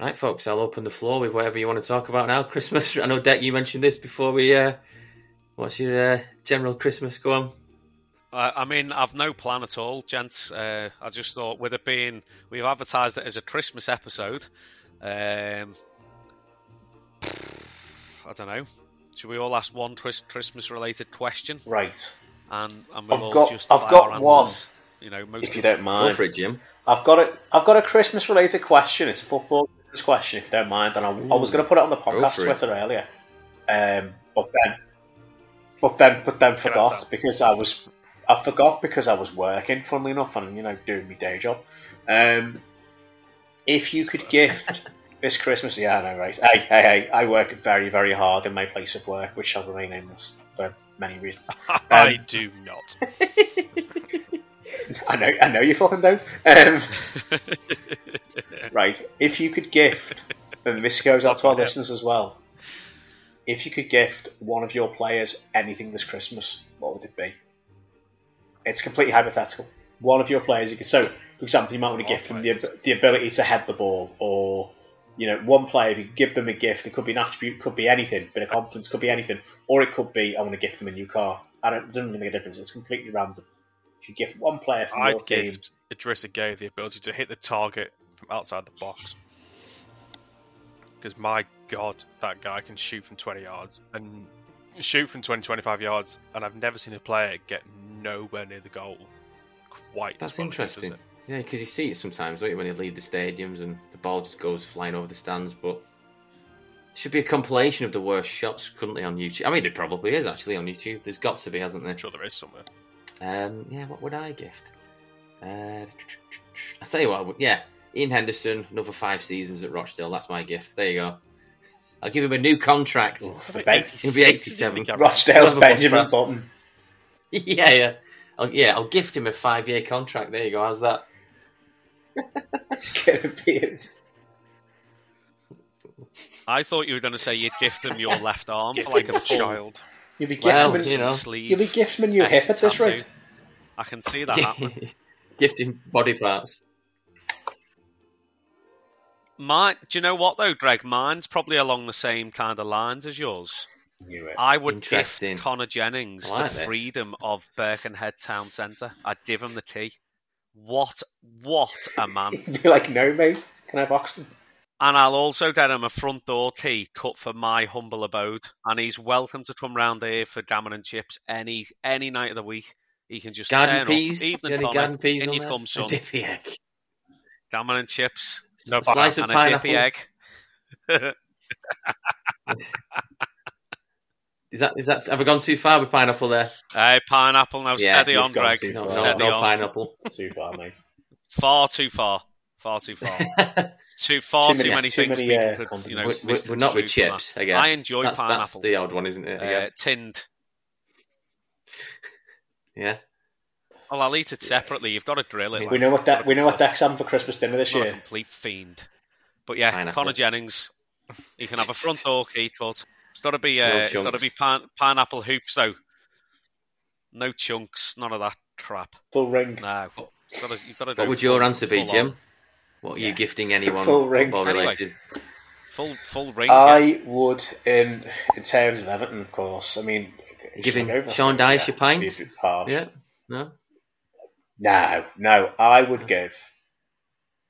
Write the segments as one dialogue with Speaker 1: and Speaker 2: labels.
Speaker 1: Right, folks, I'll open the floor with whatever you want to talk about now. Christmas. I know, Deck, you mentioned this before we. Uh, what's your uh, general Christmas go on?
Speaker 2: I I mean, I've no plan at all, gents. Uh, I just thought, with it being, we've advertised it as a Christmas episode. Um, I don't know. Should we all ask one Chris- Christmas-related question,
Speaker 3: Right.
Speaker 2: and and we'll
Speaker 3: I've
Speaker 2: all
Speaker 3: got-
Speaker 2: justify
Speaker 3: I've got
Speaker 2: our
Speaker 3: one,
Speaker 2: answers? You know, most
Speaker 3: If you
Speaker 2: of-
Speaker 3: don't
Speaker 1: Go
Speaker 3: mind.
Speaker 1: for it, Jim.
Speaker 3: I've got a I've got a Christmas related question. It's a football Christmas question, if you don't mind. And I, I was going to put it on the
Speaker 1: for
Speaker 3: podcast
Speaker 1: it.
Speaker 3: Twitter earlier, um, but then but then but then forgot
Speaker 2: out.
Speaker 3: because I was I forgot because I was working, funnily enough, and you know doing my day job. Um, if you could gift this Christmas, yeah, I know, right? Hey, hey, hey! I work very very hard in my place of work, which shall remain nameless for many reasons.
Speaker 4: I do not.
Speaker 3: I know, I know you fucking don't. Um, right, if you could gift, and this goes out to our listeners as well. If you could gift one of your players anything this Christmas, what would it be? It's completely hypothetical. One of your players, you could so, for example, you might want to gift them the, ab- the ability to head the ball, or you know, one player. If you give them a gift, it could be an attribute, could be anything, bit of confidence, could be anything, or it could be I want to gift them a new car. I don't it doesn't really make a difference. It's completely random. If you gift one player from your
Speaker 4: I'd
Speaker 3: team,
Speaker 4: give Idrissa Gay the ability to hit the target from outside the box. Because my god, that guy can shoot from 20 yards and shoot from 20, 25 yards, and I've never seen a player get nowhere near the goal quite.
Speaker 1: That's
Speaker 4: as well as he does
Speaker 1: interesting.
Speaker 4: it.
Speaker 1: Yeah, because you see it sometimes, don't you, when you leave the stadiums and the ball just goes flying over the stands. But it should be a compilation of the worst shots, couldn't they, on YouTube? I mean, it probably is actually on YouTube. There's got to be, hasn't there?
Speaker 4: I'm sure there is somewhere.
Speaker 1: Um, yeah, what would I gift? Uh, I tell you what, I would, yeah, Ian Henderson, another five seasons at Rochdale. That's my gift. There you go. I'll give him a new contract.
Speaker 3: Oh, the ben-
Speaker 1: He'll be 87.
Speaker 3: Rochdale's
Speaker 1: Whoever
Speaker 3: Benjamin
Speaker 1: was first.
Speaker 3: Button.
Speaker 1: yeah, yeah. I'll, yeah, I'll gift him a five year contract. There you go. How's that?
Speaker 3: It's gonna be it.
Speaker 2: I thought you were going to say you'd gift them your left arm for
Speaker 4: Gift
Speaker 2: like a
Speaker 4: of
Speaker 2: full
Speaker 4: child.
Speaker 3: You'll be gifting
Speaker 1: Well,
Speaker 3: him,
Speaker 1: you know.
Speaker 2: sleeve.
Speaker 3: you'll be gifting him a new hip at
Speaker 2: S
Speaker 3: this
Speaker 2: tattoo.
Speaker 3: rate.
Speaker 2: I can see that happening.
Speaker 1: gift him body parts.
Speaker 2: Mine, do you know what though, Greg? Mine's probably along the same kind of lines as yours.
Speaker 3: Knew it.
Speaker 2: I would gift
Speaker 1: Interesting.
Speaker 2: Connor Jennings
Speaker 1: I like
Speaker 2: the
Speaker 1: this.
Speaker 2: freedom of Birkenhead Town Centre. I'd give him the key. What, what a man!
Speaker 3: You'd be like, no, mate, can I box them?
Speaker 2: and I'll also get him a front door key cut for my humble abode, and he's welcome to come round here for gammon and chips any any night of the week. He can just turn
Speaker 1: Garden
Speaker 2: up.
Speaker 1: peas. You
Speaker 2: Evening,
Speaker 1: got any
Speaker 2: Connor.
Speaker 1: garden peas
Speaker 2: in
Speaker 1: on
Speaker 2: you
Speaker 1: there?
Speaker 2: come, son.
Speaker 1: A dippy egg.
Speaker 2: Gammon and chips,
Speaker 4: No,
Speaker 1: a slice of
Speaker 2: and a dippy
Speaker 1: pineapple.
Speaker 2: egg.
Speaker 1: Is that is that? Have I gone too far with pineapple there?
Speaker 2: Hey, pineapple now.
Speaker 1: Yeah,
Speaker 2: steady
Speaker 3: you've
Speaker 2: on,
Speaker 3: gone
Speaker 2: Greg.
Speaker 3: too
Speaker 1: No,
Speaker 3: far.
Speaker 1: no,
Speaker 2: steady
Speaker 1: no
Speaker 2: on.
Speaker 1: pineapple.
Speaker 3: Too far, mate.
Speaker 2: Far too far. Far too far. too far. Too
Speaker 3: Too many-
Speaker 2: many,
Speaker 3: too
Speaker 2: things
Speaker 3: many,
Speaker 2: people
Speaker 3: uh,
Speaker 2: could, you
Speaker 3: condiments.
Speaker 2: know.
Speaker 1: we're, we're- we're not with
Speaker 2: misconstrue from
Speaker 1: chips, I guess.
Speaker 2: I enjoy
Speaker 1: that's, That's
Speaker 2: pineapple.
Speaker 1: the odd one, isn't it?
Speaker 2: that.
Speaker 1: I
Speaker 2: Uh,
Speaker 1: guess.
Speaker 2: tinned.
Speaker 1: yeah.
Speaker 2: Well, I'll eat it separately. You've got to drill it.
Speaker 3: We
Speaker 2: like,
Speaker 3: know what that.
Speaker 2: I'm
Speaker 3: We know what
Speaker 2: not-
Speaker 3: Deck's having for Christmas dinner this
Speaker 2: I'm not a
Speaker 3: year.
Speaker 2: complete fiend. But yeah,
Speaker 1: Pineapple.
Speaker 2: Connor Jennings. He can have a front door key cut. It's got to be. Uh,
Speaker 1: No
Speaker 2: it's got to
Speaker 1: chunks.
Speaker 2: be pine, pineapple hoops though. No chunks. None of that crap.
Speaker 3: Full ring.
Speaker 2: No. It's gotta- you've gotta
Speaker 1: What
Speaker 2: do
Speaker 1: would your
Speaker 2: full-
Speaker 1: answer be,
Speaker 2: full on.
Speaker 1: Jim? What are you gifting anyone
Speaker 3: Full ring.
Speaker 1: football related?
Speaker 2: Full full ring. yeah.
Speaker 3: I would, in in terms of Everton, of course. I mean,
Speaker 1: Giving
Speaker 3: Should I go for
Speaker 1: Sean
Speaker 3: it?
Speaker 1: Dyche
Speaker 3: Yeah,
Speaker 1: a pint?
Speaker 3: it'd be a bit harsh.
Speaker 1: Yeah. No.
Speaker 3: No, no. I would give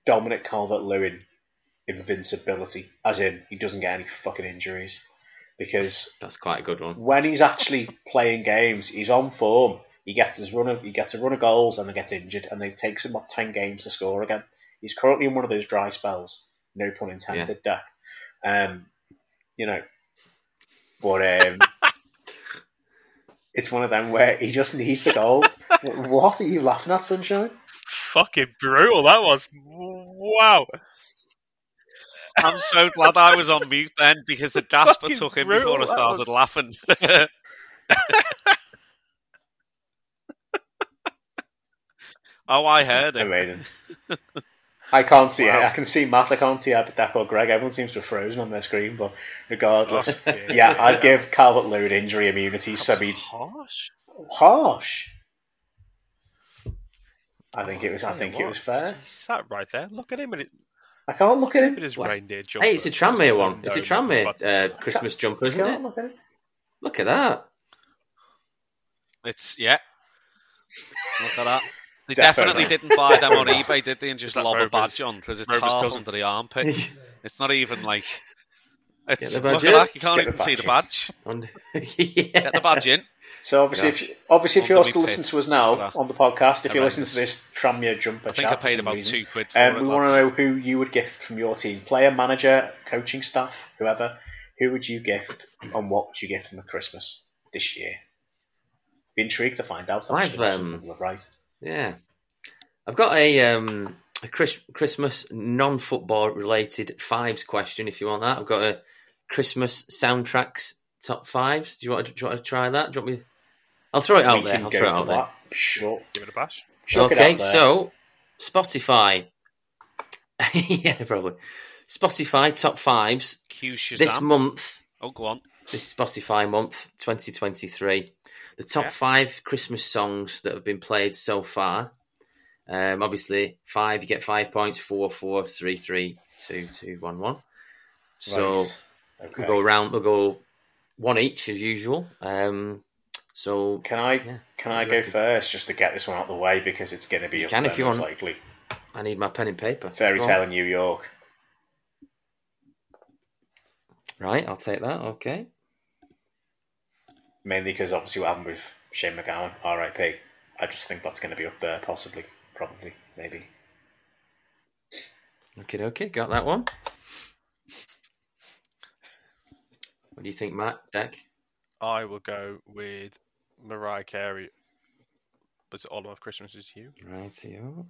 Speaker 3: Dominic Calvert Lewin invincibility, as in he doesn't get any fucking injuries, because
Speaker 1: That's quite a good one.
Speaker 3: when he's actually playing games, he's on form. He gets his run of he gets a run of goals and then gets injured, and it takes him what ten games to score again. He's currently in one of those dry spells. No pun intended, Deck. Um, you know, but um, it's one of them where he just needs the goal. what are you laughing at, sunshine?
Speaker 4: Fucking brutal that was. Wow.
Speaker 2: I'm so glad I was on mute then because the gasper
Speaker 4: Fucking
Speaker 2: took in
Speaker 4: brutal,
Speaker 2: before I
Speaker 4: that
Speaker 2: started
Speaker 4: was.
Speaker 2: laughing. oh, I heard it.
Speaker 3: Amazing. I can't see it.
Speaker 4: Wow.
Speaker 3: I can see Matt. I can't see Abed Deck or Greg. Everyone seems to have frozen on their screen, but regardless, yeah, I'd give Calvert Lewin injury immunity. So he'd
Speaker 4: harsh.
Speaker 3: harsh. I think it was. I think it was fair.
Speaker 4: He sat right there. Look at him. And it,
Speaker 3: I I can't look at him.
Speaker 4: It is
Speaker 1: What?
Speaker 4: reindeer jumper.
Speaker 1: Hey, it's a Tranmere one. It's a
Speaker 4: No, no,
Speaker 1: Tranmere
Speaker 4: it's
Speaker 1: uh, Christmas jumper,
Speaker 3: I
Speaker 1: isn't
Speaker 3: can't
Speaker 1: it?
Speaker 3: look at him.
Speaker 1: Look at that.
Speaker 2: It's yeah. Look at that. They
Speaker 3: Defo
Speaker 2: definitely
Speaker 3: man.
Speaker 2: didn't buy them on
Speaker 3: Defo
Speaker 2: eBay, did they? And just
Speaker 4: that
Speaker 2: lob a
Speaker 4: Rover's-
Speaker 2: badge on because it's
Speaker 4: Rover's
Speaker 2: half
Speaker 4: cousin?
Speaker 2: under the armpit. It's not even like it's
Speaker 1: the badge
Speaker 2: look at
Speaker 1: in.
Speaker 2: that. You can't
Speaker 3: Get the
Speaker 2: even see the badge.
Speaker 1: And- yeah.
Speaker 2: Get the badge in.
Speaker 3: So obviously, if,
Speaker 2: Gosh.
Speaker 3: you- obviously, if you're
Speaker 2: Ultimately
Speaker 3: still listening
Speaker 2: pissed
Speaker 3: to us
Speaker 2: for
Speaker 3: now
Speaker 2: that.
Speaker 3: on the podcast, if you listen to
Speaker 2: Horrendous.
Speaker 3: this Tranmere jumper,
Speaker 2: I think I
Speaker 3: chat for
Speaker 2: paid
Speaker 3: some
Speaker 2: about
Speaker 3: reason,
Speaker 2: two quid for
Speaker 3: Um,
Speaker 2: it.
Speaker 3: we want to
Speaker 2: lads.
Speaker 3: know who you would gift from your team player, manager, coaching staff, whoever. Who would you gift and what would you gift them at Christmas this year? Be intrigued to find out.
Speaker 1: I've,
Speaker 3: actually,
Speaker 1: um,
Speaker 3: some people are right.
Speaker 1: Yeah. I've got a um a Chris, Christmas non football related fives question if you want that. I've got a Christmas soundtracks top fives. Do you want to, do you want to try that? Do you want me I'll throw it out
Speaker 3: We
Speaker 1: there.
Speaker 3: can
Speaker 1: I'll
Speaker 3: go
Speaker 1: throw it
Speaker 3: to
Speaker 1: out there.
Speaker 3: that. Sure.
Speaker 4: Give it a bash.
Speaker 3: Chuck it
Speaker 1: okay,
Speaker 3: out there.
Speaker 1: so Spotify. yeah, probably. Spotify top fives
Speaker 2: Q Shazam.
Speaker 1: this month.
Speaker 2: oh, go on.
Speaker 1: this Spotify month 2023. The top
Speaker 2: Yeah.
Speaker 1: five Christmas songs that have been played so far. Um, obviously, five, you get five points, four, four, three, three, two, two, one, one. So
Speaker 3: Right.
Speaker 1: we'll
Speaker 3: Okay.
Speaker 1: go around, we'll go one each as usual. Um, so
Speaker 3: Can I
Speaker 1: Yeah.
Speaker 3: can I
Speaker 1: You
Speaker 3: go
Speaker 1: reckon?
Speaker 3: first just to get this one out of the way because it's going to be
Speaker 1: You
Speaker 3: up
Speaker 1: can
Speaker 3: there
Speaker 1: if you
Speaker 3: most
Speaker 1: want.
Speaker 3: likely.
Speaker 1: I need my pen and paper.
Speaker 3: Fairy
Speaker 1: Go on.
Speaker 3: Tale in New York.
Speaker 1: Right, I'll take that. Okay.
Speaker 3: Mainly because obviously what happened with Shane McGowan, RIP. I just think that's going to be up there, possibly, probably, maybe.
Speaker 1: Okay, okay. Got that one. What do you think, Matt? Deck?
Speaker 4: I will go with Mariah Carey. Was it All of Christmas is You?
Speaker 1: Right, you.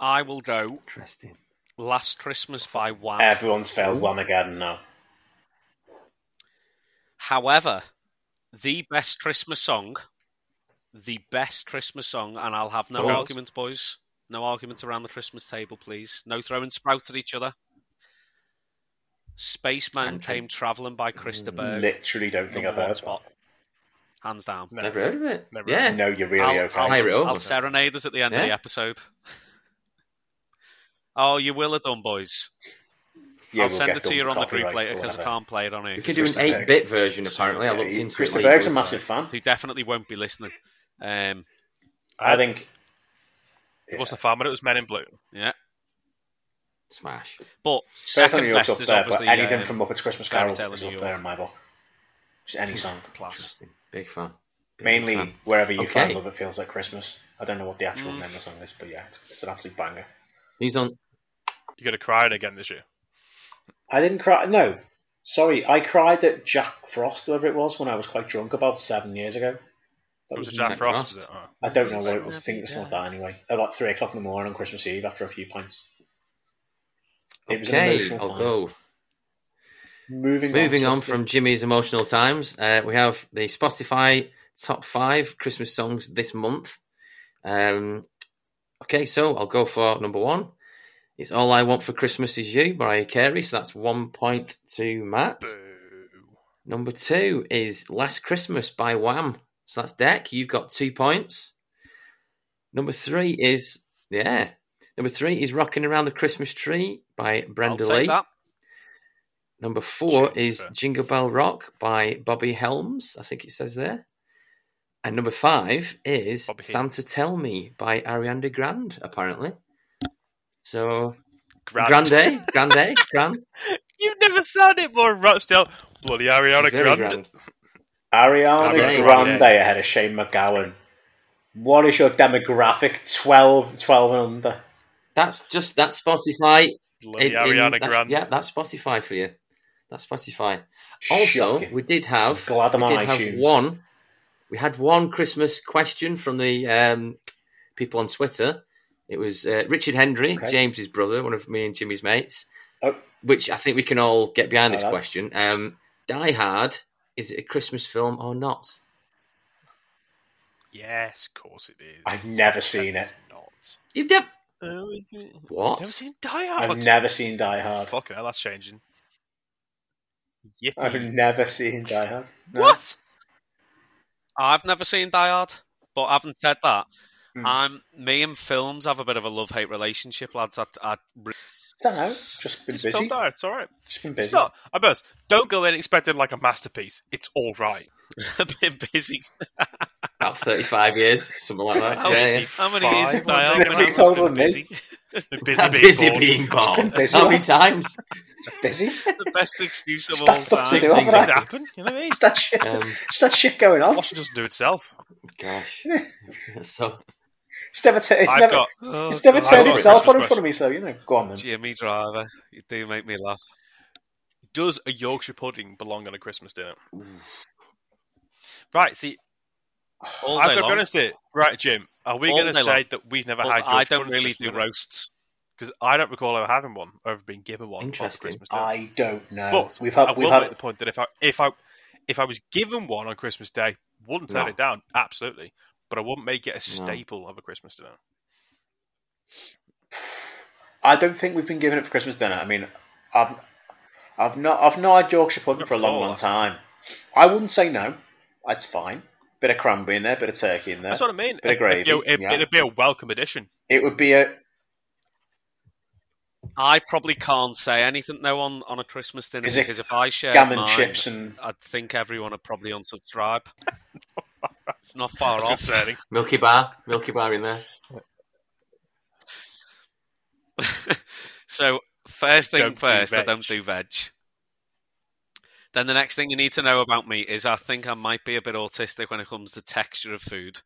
Speaker 2: I will go
Speaker 1: Interesting.
Speaker 2: Last Christmas by
Speaker 1: Ah.
Speaker 2: Wham.
Speaker 3: Everyone's failed Whamageddon now.
Speaker 2: However, the best Christmas song, the best Christmas song, and I'll have no
Speaker 1: Oh.
Speaker 2: arguments, boys. No arguments around the Christmas table, please. No throwing sprouts at each other. Spaceman
Speaker 1: And-
Speaker 2: Came Travelling by Krista Berg.
Speaker 3: Literally don't think I've
Speaker 2: Number one
Speaker 3: heard
Speaker 2: spot.
Speaker 3: that.
Speaker 2: Hands down.
Speaker 4: No.
Speaker 1: Never heard of it.
Speaker 4: Never
Speaker 1: yeah.
Speaker 4: heard
Speaker 3: No, you're really
Speaker 2: I'll,
Speaker 3: okay.
Speaker 2: I'll-
Speaker 1: Hire it
Speaker 2: I'll
Speaker 1: over.
Speaker 2: serenade us at the end of
Speaker 1: Yeah.
Speaker 2: the episode. oh, you will have done, boys.
Speaker 3: Yeah,
Speaker 2: I'll
Speaker 3: we'll
Speaker 2: send
Speaker 3: get
Speaker 2: it to
Speaker 3: done
Speaker 2: you
Speaker 3: for
Speaker 2: on the group
Speaker 3: copyright
Speaker 2: later
Speaker 3: or
Speaker 2: because I
Speaker 3: whatever.
Speaker 2: can't play it on here.
Speaker 1: We
Speaker 2: 'cause
Speaker 1: could do an
Speaker 3: Krista Berg.
Speaker 1: eight bit version, apparently. I looked
Speaker 3: Yeah,
Speaker 1: into
Speaker 3: Christa
Speaker 1: it.
Speaker 3: Berg's a
Speaker 1: legally.
Speaker 3: massive fan.
Speaker 2: Who definitely won't be listening. Um,
Speaker 3: I think.
Speaker 4: It wasn't a fan, but it was Men in Blue.
Speaker 2: yeah.
Speaker 1: Smash.
Speaker 2: But
Speaker 3: First
Speaker 2: second
Speaker 3: time you
Speaker 2: best
Speaker 3: up
Speaker 2: is
Speaker 3: there, but
Speaker 2: obviously
Speaker 3: anything
Speaker 2: um,
Speaker 3: from Muppets Christmas
Speaker 2: Fairy
Speaker 3: Carol
Speaker 2: Tale
Speaker 3: is
Speaker 2: in New
Speaker 3: up there
Speaker 2: York.
Speaker 3: in my book. Just any song.
Speaker 2: class.
Speaker 1: Interesting. Big fan. Big
Speaker 3: Mainly
Speaker 1: fan.
Speaker 3: wherever you
Speaker 1: Okay.
Speaker 3: find love, it feels like Christmas. I don't know what the actual
Speaker 2: Mm.
Speaker 3: name of the song is, but yeah, it's, it's an absolute banger.
Speaker 1: Who's on?
Speaker 4: You're gonna cry again this year.
Speaker 3: I didn't cry. No, sorry, I cried at Jack Frost, whoever it was, when I was quite drunk about seven years ago. That
Speaker 4: It was a
Speaker 3: was-
Speaker 4: Jack
Speaker 1: Jack
Speaker 4: Frost,
Speaker 1: Frost.
Speaker 4: was it? Oh.
Speaker 3: I don't know what it was. I think it's not that anyway. At like three o'clock in the morning on Christmas Eve, after a few pints. It was an
Speaker 1: Okay,
Speaker 3: emotional
Speaker 1: I'll
Speaker 3: time.
Speaker 1: go.
Speaker 3: Moving
Speaker 1: Moving
Speaker 3: to-
Speaker 1: on from Jimmy's emotional times, uh, we have the Spotify top five Christmas songs this month. Um, okay, so I'll go for number one. It's All I Want for Christmas Is You, Mariah Carey. So that's one point to Matt.
Speaker 4: Boo.
Speaker 1: Number two is Last Christmas by Wham. So that's Deck. You've got two points. Number three is yeah. Number three is Rocking Around the Christmas Tree by
Speaker 2: I'll
Speaker 1: Brenda
Speaker 2: take
Speaker 1: Lee.
Speaker 2: that.
Speaker 1: Number four
Speaker 4: Jingle
Speaker 1: is
Speaker 4: Bell.
Speaker 1: Jingle Bell Rock by Bobby Helms. I think it says there. And number five is
Speaker 4: Bobby Heath.
Speaker 1: Santa Tell Me by Ariana Grande, apparently. So
Speaker 4: Grand.
Speaker 1: Grande, Grande, Grande.
Speaker 4: You've never sounded more Rochdale. Bloody Ariana
Speaker 1: She's very
Speaker 4: Grande.
Speaker 3: Ariana
Speaker 1: Ariana
Speaker 3: Grande
Speaker 4: Grande.
Speaker 3: ahead of Shane McGowan. What is your demographic? 12, 12 and under.
Speaker 1: That's just that's Spotify
Speaker 4: Bloody
Speaker 1: In- in-
Speaker 4: Ariana
Speaker 1: that's-
Speaker 4: Grande.
Speaker 1: Yeah, that's Spotify for you. That's Spotify. Also,
Speaker 3: Oh, Shocking.
Speaker 1: we did have
Speaker 3: glad I'm
Speaker 1: we
Speaker 3: on
Speaker 1: did have
Speaker 3: iTunes.
Speaker 1: one. We had one Christmas question from the um, people on Twitter. It was uh, Richard Hendry,
Speaker 3: Okay.
Speaker 1: James's brother, one of me and Jimmy's mates.
Speaker 3: Oh.
Speaker 1: Which I think we can all get behind this
Speaker 3: Hello.
Speaker 1: question. Um, Die Hard is it a Christmas film or not?
Speaker 4: Yes, of course it is.
Speaker 3: I've never seen it.
Speaker 4: It's not.
Speaker 1: You've never
Speaker 4: Oh, is it? Never
Speaker 1: what?
Speaker 4: seen Die Hard.
Speaker 3: I've never seen Die Hard.
Speaker 4: Fucking hell, that's changing.
Speaker 3: I've
Speaker 4: Yippee.
Speaker 3: never seen Die Hard. No.
Speaker 4: What?
Speaker 2: I've never seen Die Hard, but having said that,
Speaker 3: Hmm.
Speaker 2: I'm me and films have a bit of a love hate relationship, lads. I, I re-
Speaker 3: don't know. Just been
Speaker 4: It's
Speaker 3: busy.
Speaker 4: still there. It's all right.
Speaker 3: Just been
Speaker 4: It's
Speaker 3: busy.
Speaker 4: not. I suppose. Don't go in expecting like a masterpiece. It's all right.
Speaker 2: I've been busy.
Speaker 1: About 35 years, something like that.
Speaker 2: How,
Speaker 1: yeah,
Speaker 2: many,
Speaker 1: yeah.
Speaker 2: how many years is
Speaker 4: Five.
Speaker 2: Dial?
Speaker 3: You're
Speaker 2: I've
Speaker 3: taller
Speaker 2: been
Speaker 3: than me.
Speaker 2: busy.
Speaker 4: They're busy being
Speaker 1: busy
Speaker 4: bored.
Speaker 1: being born.
Speaker 3: Busy.
Speaker 1: How many times?
Speaker 3: busy.
Speaker 2: the best excuse of all
Speaker 3: That's stuff to
Speaker 2: time.
Speaker 3: do.
Speaker 4: Things
Speaker 3: All right.
Speaker 4: happen. You know what I mean?
Speaker 3: Is that shit?
Speaker 1: Um,
Speaker 3: Is that shit going on?
Speaker 4: Washington doesn't do itself.
Speaker 1: gosh. So,
Speaker 3: It's never. T- it's
Speaker 4: I've
Speaker 3: never.
Speaker 4: got.
Speaker 2: Oh,
Speaker 3: It's never
Speaker 4: God.
Speaker 3: turned
Speaker 1: I've got a
Speaker 3: itself on in
Speaker 4: Christmas
Speaker 3: front of me. So you know. Go on then.
Speaker 2: Jimmy Driver, you do make me laugh.
Speaker 4: Does a Yorkshire pudding belong on a Christmas dinner? Right. See,
Speaker 2: All
Speaker 4: I'm
Speaker 2: day long.
Speaker 4: going to say. Right, Jim. Are we
Speaker 2: All
Speaker 4: going to
Speaker 2: day
Speaker 4: say
Speaker 2: long.
Speaker 4: that we've never
Speaker 2: But
Speaker 4: had? Yorkshire
Speaker 2: I don't
Speaker 4: pudding
Speaker 2: really do
Speaker 4: Christmas
Speaker 2: roasts.
Speaker 4: because I don't recall ever having one or ever being given one. on a
Speaker 1: Interesting.
Speaker 4: Christmas dinner.
Speaker 3: I don't know.
Speaker 4: But
Speaker 3: we've
Speaker 4: I
Speaker 3: had. We've
Speaker 4: will make
Speaker 3: had.
Speaker 4: the point that if I if I if I was given one on Christmas Day, wouldn't turn
Speaker 1: No.
Speaker 4: it down. Absolutely, but I wouldn't make it a staple of a Christmas dinner.
Speaker 3: I don't think we've been given it for Christmas dinner. I mean, I've. I've not. I've not had Yorkshire pudding
Speaker 4: Not
Speaker 3: for a long,
Speaker 4: at all.
Speaker 3: long time. I wouldn't say no. It's fine. Bit of cranberry in there. Bit of turkey in there.
Speaker 4: That's what I
Speaker 3: Bit of
Speaker 4: mean. It'd be a-
Speaker 3: gravy,
Speaker 4: it'd-
Speaker 3: yeah.
Speaker 4: it'd be a welcome addition.
Speaker 3: It would be a.
Speaker 2: I probably can't say anything though on, on a Christmas dinner
Speaker 3: Is it
Speaker 2: because if I share
Speaker 3: gammon
Speaker 2: mine,
Speaker 3: chips and
Speaker 2: I think everyone would probably unsubscribe. it's not far
Speaker 4: That's
Speaker 2: off.
Speaker 4: concerning.
Speaker 1: Milky Bar. Milky Bar in there.
Speaker 2: so first thing
Speaker 4: Don't do
Speaker 2: first, I
Speaker 4: veg.
Speaker 2: don't do veg. Then the next thing you need to know about me is I think I might be a bit autistic when it comes to texture of food,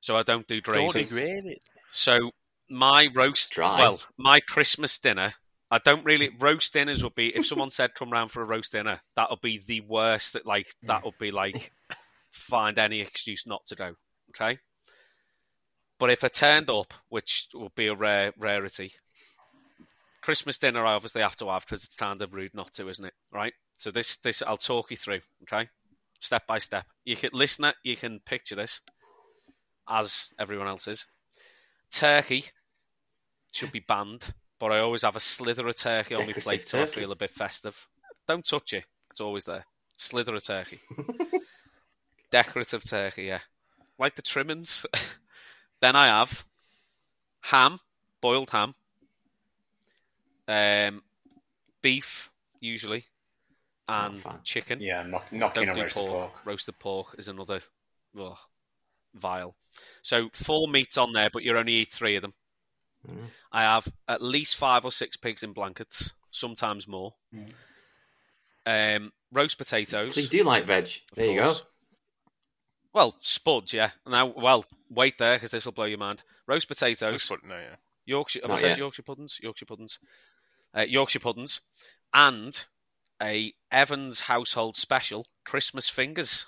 Speaker 2: so I don't do gravy. So my roast,
Speaker 1: Dry.
Speaker 2: well, my Christmas dinner. I don't really roast dinners would be if someone said come round for a roast dinner. That would be the worst. That like that would be like find any excuse not to go. Okay. But if I turned up, which would be a rare rarity, Christmas dinner I obviously have to have because it's kind of rude not to, isn't it? Right. So this this I'll talk you through. Okay. Step by step. You can listener, you can picture this as everyone else is. Turkey should be banned, but I always have a slither of turkey on my
Speaker 1: Decorative
Speaker 2: plate so I
Speaker 1: turkey.
Speaker 2: feel a bit festive. Don't touch it; it's always there. Slither of turkey, decorative turkey, yeah, like the trimmings. then I have ham, boiled ham, um, beef usually, and
Speaker 1: fine.
Speaker 2: chicken.
Speaker 3: yeah, knock, knocking
Speaker 2: Don't
Speaker 3: on
Speaker 2: do
Speaker 3: roasted
Speaker 2: pork.
Speaker 3: pork.
Speaker 2: Roasted pork is another ugh, vile. So four meats on there, but you only eat three of them.
Speaker 1: Mm.
Speaker 2: I have at least five or six pigs in blankets, sometimes more.
Speaker 3: Mm.
Speaker 2: Um, roast potatoes.
Speaker 1: So you do like veg. There you go.
Speaker 2: course. Well, spuds, yeah. Now, well, wait there because this will blow your mind. Roast potatoes.
Speaker 4: That's what- no, yeah.
Speaker 2: Yorkshire. Have I
Speaker 1: Not
Speaker 2: said
Speaker 1: yet.
Speaker 2: Yorkshire puddings? Yorkshire puddings. Uh, Yorkshire puddings, and a Evans household special Christmas fingers.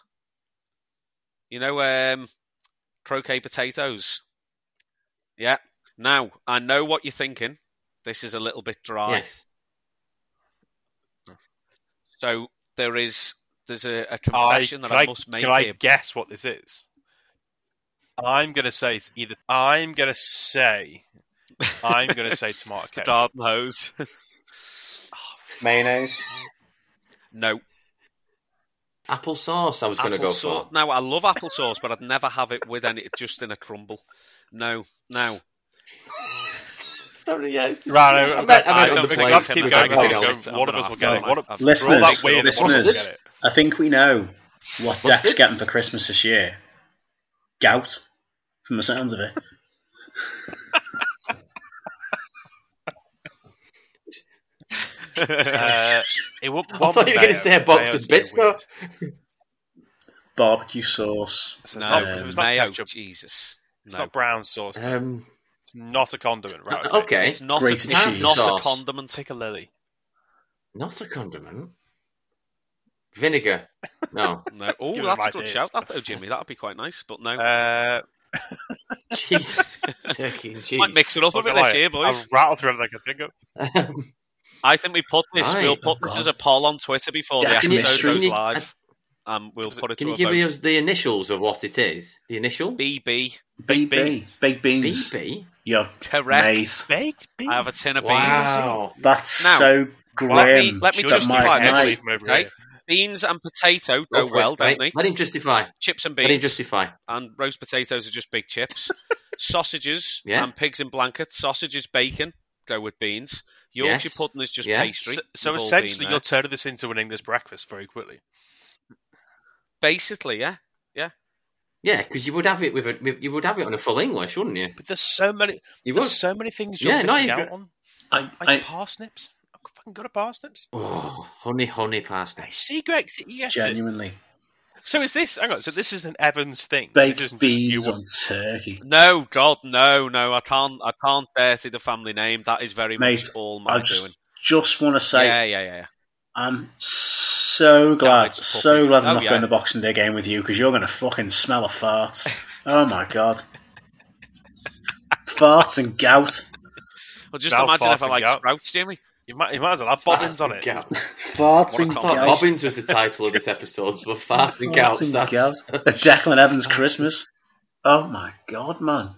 Speaker 2: You know, um, croquet potatoes. Yeah. Now I know what you're thinking. This is a little bit dry.
Speaker 1: Yes.
Speaker 2: So there is there's a, a
Speaker 4: I,
Speaker 2: confession
Speaker 4: can
Speaker 2: that I,
Speaker 4: I,
Speaker 2: must make
Speaker 4: can I
Speaker 2: here.
Speaker 4: guess what this is? I'm going to say it's either. I'm going to say. I'm going to say tomato
Speaker 2: The
Speaker 4: ketchup.
Speaker 2: Darden hose.
Speaker 3: Mayonnaise.
Speaker 2: no.
Speaker 1: Apple sauce. I was going to
Speaker 2: Apple
Speaker 1: go
Speaker 2: sau-
Speaker 1: for.
Speaker 2: No, I love applesauce, but I'd never have it with any, just in a crumble. No, no.
Speaker 1: Sorry, yeah, it's
Speaker 4: Right, I,
Speaker 1: I meant- I
Speaker 4: I
Speaker 1: meant
Speaker 4: don't
Speaker 1: on the
Speaker 4: think
Speaker 1: plate.
Speaker 4: I'll keep going.
Speaker 1: I
Speaker 4: I
Speaker 1: think
Speaker 4: keep
Speaker 1: I'll-
Speaker 4: going. One of us will get it. One
Speaker 2: I've-
Speaker 4: of, for all that
Speaker 3: Listeners,
Speaker 4: weird, one of us will
Speaker 3: listeners,
Speaker 4: get it.
Speaker 3: I think we know what
Speaker 1: What's
Speaker 3: Deck's
Speaker 1: this?
Speaker 3: getting for Christmas this year. Gout, from the sounds of it.
Speaker 4: Uh, it would,
Speaker 1: I thought you were going to say a box of
Speaker 4: biscuit.
Speaker 1: biscuit.
Speaker 3: Barbecue sauce.
Speaker 2: No,
Speaker 4: no, it's not
Speaker 2: mayo.
Speaker 4: ketchup.
Speaker 2: Jesus,
Speaker 4: It's
Speaker 2: no.
Speaker 4: not brown sauce.
Speaker 2: Uh,
Speaker 4: It's
Speaker 1: Um,
Speaker 4: not a condiment, right?
Speaker 1: okay,
Speaker 2: It's not. A,
Speaker 3: Grated
Speaker 2: it's
Speaker 3: cheese.
Speaker 2: not
Speaker 1: Sauce.
Speaker 2: a condiment.
Speaker 4: Take a lily.
Speaker 1: not a condiment. Vinegar. No,
Speaker 2: No. Oh,
Speaker 4: Give it
Speaker 2: that's a
Speaker 4: right
Speaker 2: good
Speaker 4: days.
Speaker 2: shout, that though, Jimmy. That'd be quite nice. But no,
Speaker 4: Uh,
Speaker 1: cheese, turkey and
Speaker 2: might
Speaker 1: cheese.
Speaker 2: mix it up a
Speaker 4: Look
Speaker 2: bit
Speaker 4: at
Speaker 2: this
Speaker 4: that.
Speaker 2: year,
Speaker 4: I
Speaker 2: boys.
Speaker 4: rattle through everything I can think of.
Speaker 1: Um,
Speaker 2: I think we put this.
Speaker 1: Right.
Speaker 2: We'll put
Speaker 3: Oh,
Speaker 2: this
Speaker 3: God.
Speaker 2: as a poll on Twitter before the
Speaker 3: Jack
Speaker 2: episode
Speaker 3: Mystery.
Speaker 2: goes
Speaker 1: Can you-
Speaker 2: live. Um, we'll put it
Speaker 1: can
Speaker 2: to
Speaker 1: you
Speaker 2: a
Speaker 1: give me
Speaker 2: vote.
Speaker 1: us the initials of what it is? The initial
Speaker 2: BB,
Speaker 3: Big
Speaker 4: Baked
Speaker 3: beans. Big beans.
Speaker 1: BB.
Speaker 3: Your
Speaker 2: correct.
Speaker 3: mate.
Speaker 4: Baked beans.
Speaker 2: I have a tin of
Speaker 1: Wow.
Speaker 3: That's
Speaker 2: Now,
Speaker 3: so
Speaker 2: let me-
Speaker 3: grim.
Speaker 2: let me
Speaker 3: that my
Speaker 2: justify this.
Speaker 3: mate-
Speaker 2: Okay. Beans and potato
Speaker 1: Go
Speaker 2: go
Speaker 1: for
Speaker 2: well,
Speaker 1: it,
Speaker 2: don't
Speaker 1: mate.
Speaker 2: they?
Speaker 1: Let him justify.
Speaker 2: Chips and
Speaker 1: Let him
Speaker 2: beans
Speaker 1: justify.
Speaker 2: and roast potatoes are just big chips. Sausages
Speaker 1: Yeah.
Speaker 2: and pigs in blankets. Sausages, bacon go with beans. Yorkshire
Speaker 1: Yes.
Speaker 2: pudding is just
Speaker 1: Yeah.
Speaker 2: pastry.
Speaker 4: So, so
Speaker 2: We've all been
Speaker 4: essentially,
Speaker 2: there.
Speaker 4: you're turning this into an English breakfast very quickly.
Speaker 2: basically yeah.
Speaker 1: Yeah, because you would have it with a with, you would have it on a full English, wouldn't you?
Speaker 4: But there's so many,
Speaker 1: You would.
Speaker 4: there's so many things you're
Speaker 1: Yeah, no,
Speaker 4: missing
Speaker 1: you-
Speaker 4: out on.
Speaker 3: I,
Speaker 4: Like
Speaker 3: I,
Speaker 4: parsnips. I'm fucking good at parsnips.
Speaker 1: Oh, honey, honey
Speaker 4: I
Speaker 1: parsnips.
Speaker 4: see, Greg. that you get it.
Speaker 3: genuinely
Speaker 4: So is this? Hang on. So this is an Evans thing. this
Speaker 3: baked
Speaker 4: isn't just you
Speaker 3: beans
Speaker 4: want-
Speaker 3: on turkey.
Speaker 2: No, God, no, no. I can't. I can't dirty the family name. That is very
Speaker 3: Mate,
Speaker 2: much all my
Speaker 3: I just
Speaker 2: doing.
Speaker 3: just want to say
Speaker 2: yeah, yeah, yeah, yeah.
Speaker 3: I'm so
Speaker 2: Yeah,
Speaker 3: glad,
Speaker 2: it's a puppy.
Speaker 3: so glad I'm
Speaker 2: Oh,
Speaker 3: not
Speaker 2: yeah.
Speaker 3: going to Boxing Day game with you because you're going to fucking smell of farts. oh my god, farts and gout,
Speaker 2: Well, just
Speaker 4: Now
Speaker 2: imagine if I
Speaker 4: farting
Speaker 2: like
Speaker 4: out.
Speaker 2: sprouts, Jimmy.
Speaker 4: You might, you might as well have bobbins on it.
Speaker 1: Gout.
Speaker 3: farts and
Speaker 1: I
Speaker 3: gout,
Speaker 1: thought Bobbins was the title of this episode, but Farts and Gouts.
Speaker 3: farts and
Speaker 1: that's-
Speaker 3: gout. A Declan Evans Christmas. Oh my god, man,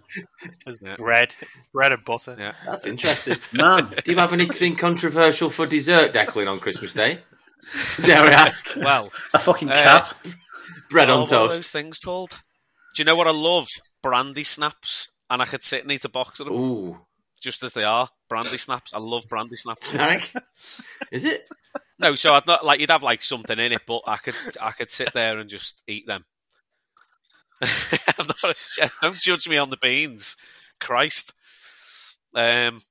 Speaker 4: There's
Speaker 2: Yeah.
Speaker 4: bread, bread and butter.
Speaker 2: Yeah.
Speaker 1: That's interesting.
Speaker 3: man,
Speaker 1: Do you have anything controversial for dessert, Declan, on Christmas Day? Dare I ask?
Speaker 2: Well,
Speaker 3: a fucking
Speaker 2: Uh,
Speaker 3: cat.
Speaker 1: Bread
Speaker 2: all,
Speaker 1: on
Speaker 2: all those
Speaker 1: toast.
Speaker 2: things called. Do you know what I love? Brandy snaps, and I could sit and eat a box of them
Speaker 1: Ooh,
Speaker 2: just as they are. Brandy snaps. I love brandy snaps.
Speaker 1: snack. Is it?
Speaker 2: no, so I'd not like you'd have like something in it, but I could I could sit there and just eat them. I'm not, yeah, don't judge me on the beans, Christ. Um,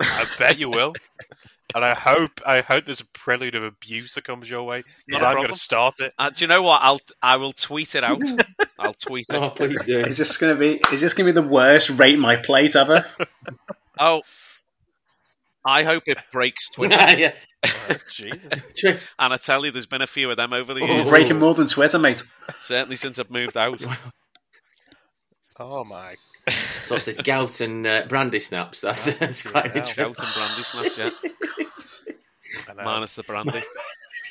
Speaker 4: I bet you will. and I hope, I hope there's a prelude of abuse that comes your way. 'cause
Speaker 2: Not a
Speaker 4: I'm going
Speaker 2: problem.
Speaker 4: to start it.
Speaker 2: uh, do you know what? I'll I will tweet it out. I'll tweet it.
Speaker 1: Oh, please do.
Speaker 3: Is this gonna be? Is this gonna be the worst rate my plate ever?
Speaker 2: Oh, I hope it breaks Twitter.
Speaker 1: yeah.
Speaker 4: Oh, Jesus.
Speaker 1: True.
Speaker 2: and I tell you, there's been a few of them over the
Speaker 1: Oh.
Speaker 2: years.
Speaker 3: Breaking more than Twitter, mate.
Speaker 2: Certainly since I've moved out.
Speaker 4: Oh my.
Speaker 1: So it's this gout and uh, brandy snaps. That's, that's quite
Speaker 4: Fucking hell.
Speaker 2: Gout
Speaker 1: interesting.
Speaker 2: and brandy snaps, yeah.
Speaker 4: I know.
Speaker 2: Minus the brandy.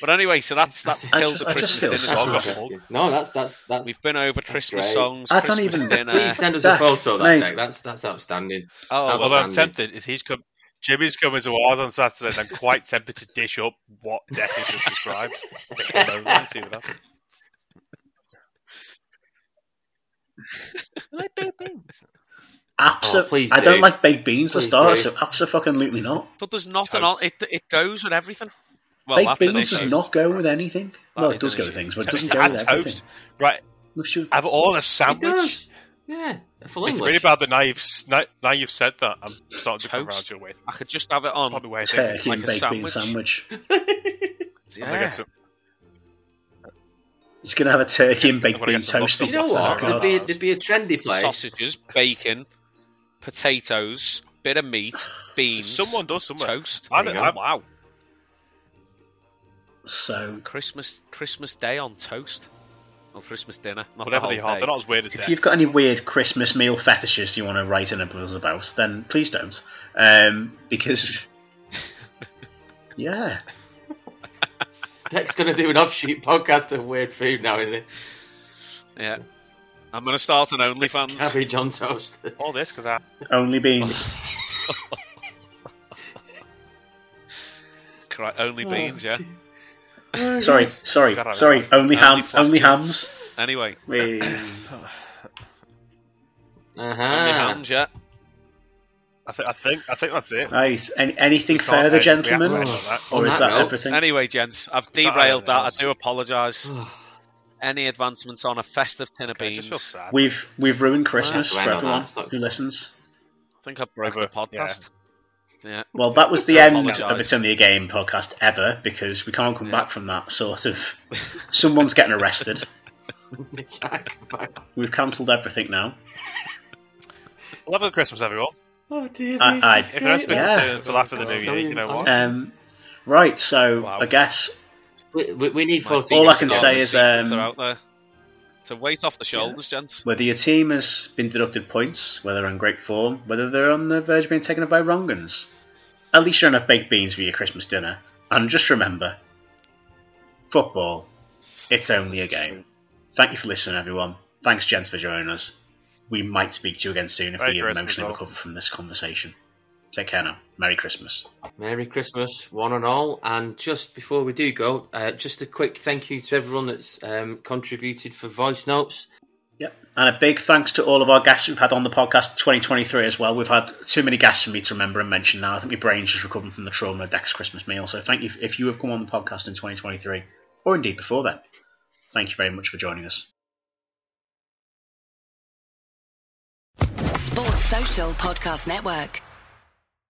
Speaker 2: But anyway, so that's that's
Speaker 1: I
Speaker 2: killed
Speaker 3: just-
Speaker 2: the
Speaker 3: I just
Speaker 2: Christmas dinner.
Speaker 3: feel sad.
Speaker 2: song.
Speaker 4: That's
Speaker 1: Interesting. No, that's that's that's.
Speaker 2: We've been over Christmas
Speaker 1: great.
Speaker 2: songs,
Speaker 3: I don't
Speaker 2: Christmas
Speaker 3: even-
Speaker 2: dinner.
Speaker 1: Please send us
Speaker 3: That-
Speaker 1: a photo of that,
Speaker 3: mate.
Speaker 1: Deck. That's that's outstanding.
Speaker 2: oh,
Speaker 4: Although I'm
Speaker 1: Outstanding.
Speaker 4: tempted, is he's come. Jimmy's coming to ours on Saturday, and I'm quite tempted to dish up what Deck has just described. But we'll only see what happens. like baked beans.
Speaker 1: Oh,
Speaker 3: Absolutely.
Speaker 1: please
Speaker 3: I don't
Speaker 1: do.
Speaker 3: like baked beans for
Speaker 1: Please
Speaker 3: starters,
Speaker 1: do.
Speaker 3: so absolutely not.
Speaker 2: but there's nothing on it. It goes with everything. Well,
Speaker 3: baked
Speaker 2: that's an
Speaker 3: beans
Speaker 2: issue.
Speaker 3: does not go with anything.
Speaker 2: That
Speaker 3: well,
Speaker 2: is
Speaker 3: it does
Speaker 2: an
Speaker 3: go
Speaker 2: issue.
Speaker 3: with things, but it doesn't
Speaker 4: Toast.
Speaker 3: go with
Speaker 4: And
Speaker 3: everything.
Speaker 4: toast. Right,
Speaker 3: Look, sure.
Speaker 4: have it all in a
Speaker 1: It
Speaker 4: sandwich.
Speaker 1: does. Yeah, a full
Speaker 4: It's
Speaker 1: English.
Speaker 4: really bad that now you've s- now, now you've said that. I'm starting to come
Speaker 2: Toast.
Speaker 4: around your way.
Speaker 2: I could just have it on.
Speaker 4: Probably way. of thinking.
Speaker 3: Turkey
Speaker 2: like
Speaker 3: and
Speaker 2: a
Speaker 3: baked bean
Speaker 2: sandwich.
Speaker 3: sandwich.
Speaker 4: I'm gonna
Speaker 2: Yeah.
Speaker 4: get some-
Speaker 3: It's going to have a turkey and
Speaker 4: I'm
Speaker 3: baked
Speaker 4: gonna
Speaker 3: bean
Speaker 4: get some
Speaker 3: toast.
Speaker 1: Do
Speaker 4: lobster
Speaker 3: on
Speaker 1: you know
Speaker 3: top.
Speaker 4: Oh,
Speaker 1: what?
Speaker 4: God.
Speaker 1: There'd be, there'd be a trendy place.
Speaker 2: Sausages, bacon, potatoes, bit of meat, beans,
Speaker 4: someone does somewhere.
Speaker 2: toast.
Speaker 4: I
Speaker 1: There
Speaker 4: don't,
Speaker 1: you
Speaker 4: I,
Speaker 1: go.
Speaker 2: Wow,
Speaker 3: So,
Speaker 2: Christmas Christmas Day on toast or Christmas dinner. Not
Speaker 4: whatever
Speaker 2: the
Speaker 4: they
Speaker 2: whole
Speaker 4: are,
Speaker 2: day.
Speaker 4: they're not as weird as
Speaker 3: if
Speaker 4: Deck.
Speaker 3: you've got any weird Christmas meal fetishes you want to write in a buzz about, then please don't. Um, because. yeah.
Speaker 1: Deck's going to do an offshoot podcast of weird food now, isn't it?
Speaker 2: Yeah, I'm gonna start an OnlyFans.
Speaker 1: Cabbage on toast.
Speaker 4: All this because I
Speaker 3: Only beans.
Speaker 2: Cri-
Speaker 3: Oh,
Speaker 2: Only beans, yeah.
Speaker 3: sorry, sorry,
Speaker 4: God, I
Speaker 3: sorry.
Speaker 4: realised.
Speaker 3: Only ham.
Speaker 2: Only
Speaker 3: Only
Speaker 2: flattulence.
Speaker 3: hams.
Speaker 2: Anyway,
Speaker 3: We-
Speaker 1: Uh
Speaker 4: Ah.
Speaker 2: only
Speaker 1: huh.
Speaker 2: hams, yeah.
Speaker 4: I, th- I think I think that's it.
Speaker 3: Right. Any, anything
Speaker 4: We can't
Speaker 3: further,
Speaker 4: edit- we
Speaker 3: gentlemen?
Speaker 4: haven't edited that.
Speaker 3: Or
Speaker 1: On that
Speaker 3: is that
Speaker 1: note,
Speaker 3: everything?
Speaker 2: Anyway, gents, I've
Speaker 4: Is that
Speaker 2: derailed
Speaker 4: anything
Speaker 2: that. I
Speaker 4: else?
Speaker 2: do apologise. Any advancements on a festive tin of
Speaker 4: Okay, I
Speaker 2: beans?
Speaker 4: just feel sad.
Speaker 3: We've we've ruined Christmas
Speaker 1: Well,
Speaker 3: for
Speaker 1: that's
Speaker 3: everyone
Speaker 1: random, that's not-
Speaker 3: who listens.
Speaker 2: I think I broke the
Speaker 4: Over,
Speaker 2: podcast. Yeah.
Speaker 3: Well, that was the end
Speaker 2: apologise.
Speaker 3: of it's only a game podcast ever because we can't come
Speaker 2: Yeah.
Speaker 3: back from that. Sort of, someone's getting arrested. We've cancelled everything now.
Speaker 4: Love of Christmas, everyone.
Speaker 1: oh dear.
Speaker 3: I-
Speaker 1: me,
Speaker 3: I-
Speaker 1: that's
Speaker 4: If it hasn't been
Speaker 3: Yeah.
Speaker 4: returned until after the new year, you know what?
Speaker 3: Um, right. So
Speaker 2: Wow.
Speaker 3: I guess
Speaker 1: We, we, we need
Speaker 2: My
Speaker 1: fourteen.
Speaker 3: All I
Speaker 1: to
Speaker 3: can
Speaker 1: start
Speaker 3: say
Speaker 1: this.
Speaker 3: is,
Speaker 2: secrets
Speaker 3: um,
Speaker 2: are out there. It's a weight off the shoulders, gents.
Speaker 3: whether your team has been deducted points, whether they're in great form, whether they're on the verge of being taken up by wrong uns, at least you're enough baked beans for your Christmas dinner. And just remember, football, it's only a game. Thank you for listening, everyone. Thanks, gents, for joining us. We might speak to you again soon if
Speaker 4: Merry
Speaker 3: we
Speaker 4: Christmas,
Speaker 3: emotionally
Speaker 4: all.
Speaker 3: recover from this conversation. Take care now. Merry Christmas.
Speaker 1: Merry Christmas, one and all. And just before we do go, uh, just a quick thank you to everyone that's um, contributed for voice notes.
Speaker 3: Yep. And a big thanks to all of our guests we've had on the podcast 2023 as well. We've had too many guests for me to remember and mention now. I think my brain's just recovering from the trauma of Deck's Christmas meal. So thank you if- if you have come on the podcast in 2023, or indeed before then. Thank you very much for joining us.
Speaker 5: Sports Social Podcast Network.